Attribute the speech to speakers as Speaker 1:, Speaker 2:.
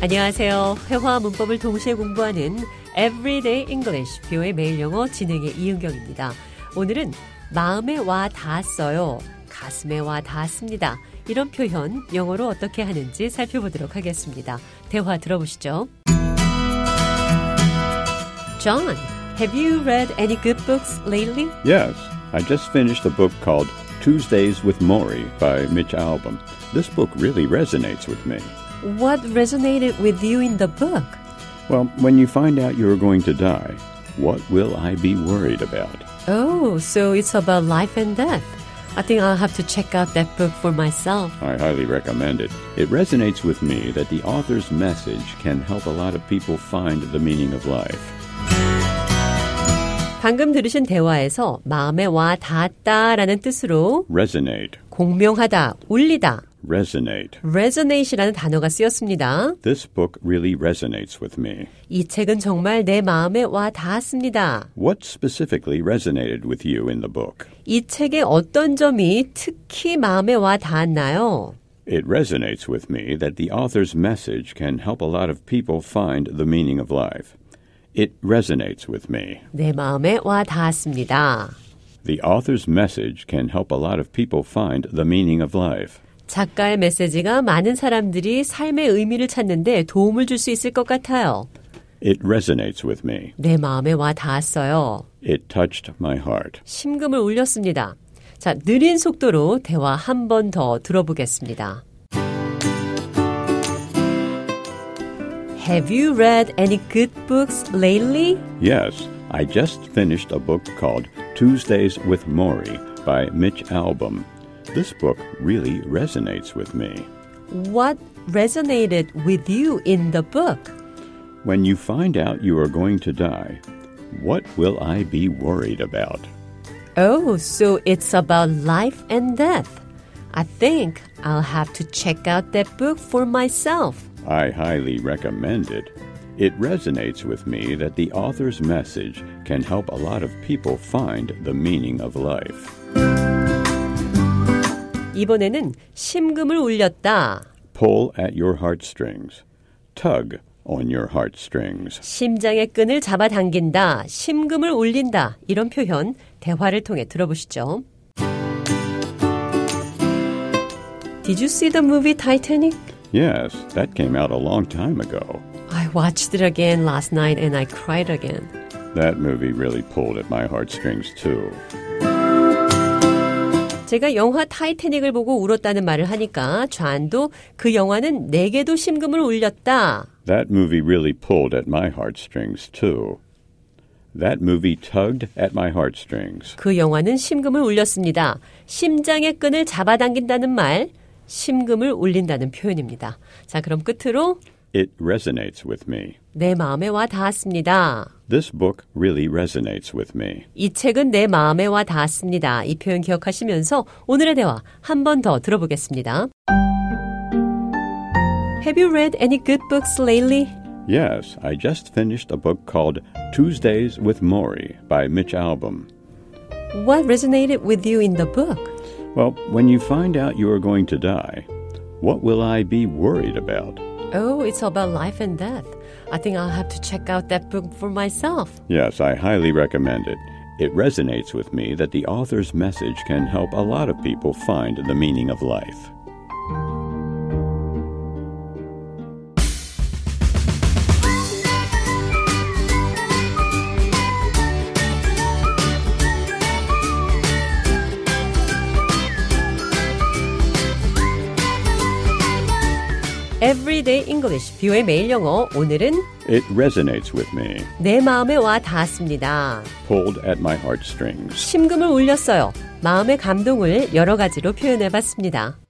Speaker 1: 안녕하세요. 회화 문법을 동시에 공부하는 Everyday English 뷰의 매일 영어 진행의 이은경입니다. 오늘은 마음에 와 닿았어요. 가슴에 와 닿았습니다. 이런 표현 영어로 어떻게 하는지 살펴보도록 하겠습니다. 대화 들어보시죠. John, have you read any good books lately?
Speaker 2: Yes, I just finished a book called Tuesdays with Maury by Mitch Albom. This book really resonates with me.
Speaker 1: What resonated with you in the book?
Speaker 2: Well, when you find out you're going to die, what will I be worried about?
Speaker 1: Oh, so it's about life and death. I think I'll have to check out that book for myself.
Speaker 2: I highly recommend it. It resonates with me that the author's message can help a lot of people find the meaning of life.
Speaker 1: 방금 들으신 대화에서 마음에 와 닿았다라는 뜻으로
Speaker 2: Resonate,
Speaker 1: 공명하다, 울리다,
Speaker 2: resonate.
Speaker 1: resonate이라는 단어가 쓰였습니다.
Speaker 2: This book really resonates with me.
Speaker 1: 이 책은 정말 내 마음에 와 닿았습니다.
Speaker 2: What specifically resonated with you in the book?
Speaker 1: 이 책의 어떤 점이 특히 마음에 와 닿았나요?
Speaker 2: It resonates with me that the author's message can help a lot of people find the meaning of life. It resonates with me.
Speaker 1: 내 마음에 와 닿았습니다.
Speaker 2: The author's message can help a lot of people find the meaning of life.
Speaker 1: 작가의 메시지가 많은 사람들이 삶의 의미를 찾는데 도움을 줄 수 있을 것 같아요.
Speaker 2: It resonates with me.
Speaker 1: 내 마음에 와 닿았어요.
Speaker 2: It touched my heart.
Speaker 1: 심금을 울렸습니다. 자, 느린 속도로 대화 한 번 더 들어보겠습니다. Have you read any good books lately?
Speaker 2: Yes, I just finished a book called Tuesdays with Maury by Mitch Albom. This book really resonates with me.
Speaker 1: What resonated with you in the book?
Speaker 2: When you find out you are going to die, what will I be worried about?
Speaker 1: Oh, so it's about life and death. I think I'll have to check out that book for myself.
Speaker 2: I highly recommend it. It resonates with me that the author's message can help a lot of people find the meaning of life.
Speaker 1: 이번에는 심금을 울렸다.
Speaker 2: Pull at your heartstrings. Tug on your heartstrings.
Speaker 1: 심장의 끈을 잡아당긴다, 심금을 울린다 이런 표현 대화를 통해 들어보시죠. Did you see the movie Titanic?
Speaker 2: Yes, that came out a long time ago.
Speaker 1: I watched it again last night and I cried again.
Speaker 2: That movie really pulled at my heartstrings, too.
Speaker 1: 제가 영화 타이타닉을 보고 울었다는 말을 하니까 좌안도 그 영화는 내게도 심금을 울렸다.
Speaker 2: That movie really pulled at my heartstrings, too. That movie tugged at my heartstrings.
Speaker 1: 그 영화는 심금을 울렸습니다. 심장의 끈을 잡아당긴다는 말, 심금을 울린다는 표현입니다. 자, 그럼 끝으로
Speaker 2: It resonates with me.
Speaker 1: 내 마음에 와 닿았습니다.
Speaker 2: This book really resonates with me.
Speaker 1: 이 책은 내 마음에 와 닿았습니다. 이 표현 기억하시면서 오늘의 대화 한 번 더 들어보겠습니다. Have you read any good books lately?
Speaker 2: Yes, I just finished a book called Tuesdays with Maury by Mitch Albom.
Speaker 1: What resonated with you in the book?
Speaker 2: Well, when you find out you are going to die, what will I be worried about?
Speaker 1: Oh, it's about life and death. I think I'll have to check out that book for myself.
Speaker 2: Yes, I highly recommend it. It resonates with me that the author's message can help a lot of people find the meaning of life.
Speaker 1: Everyday English, 뷰의 매일 영어. 오늘은
Speaker 2: It resonates with me.
Speaker 1: 내 마음에 와 닿았습니다.
Speaker 2: Pulled at my heartstrings.
Speaker 1: 심금을 울렸어요. 마음의 감동을 여러 가지로 표현해 봤습니다.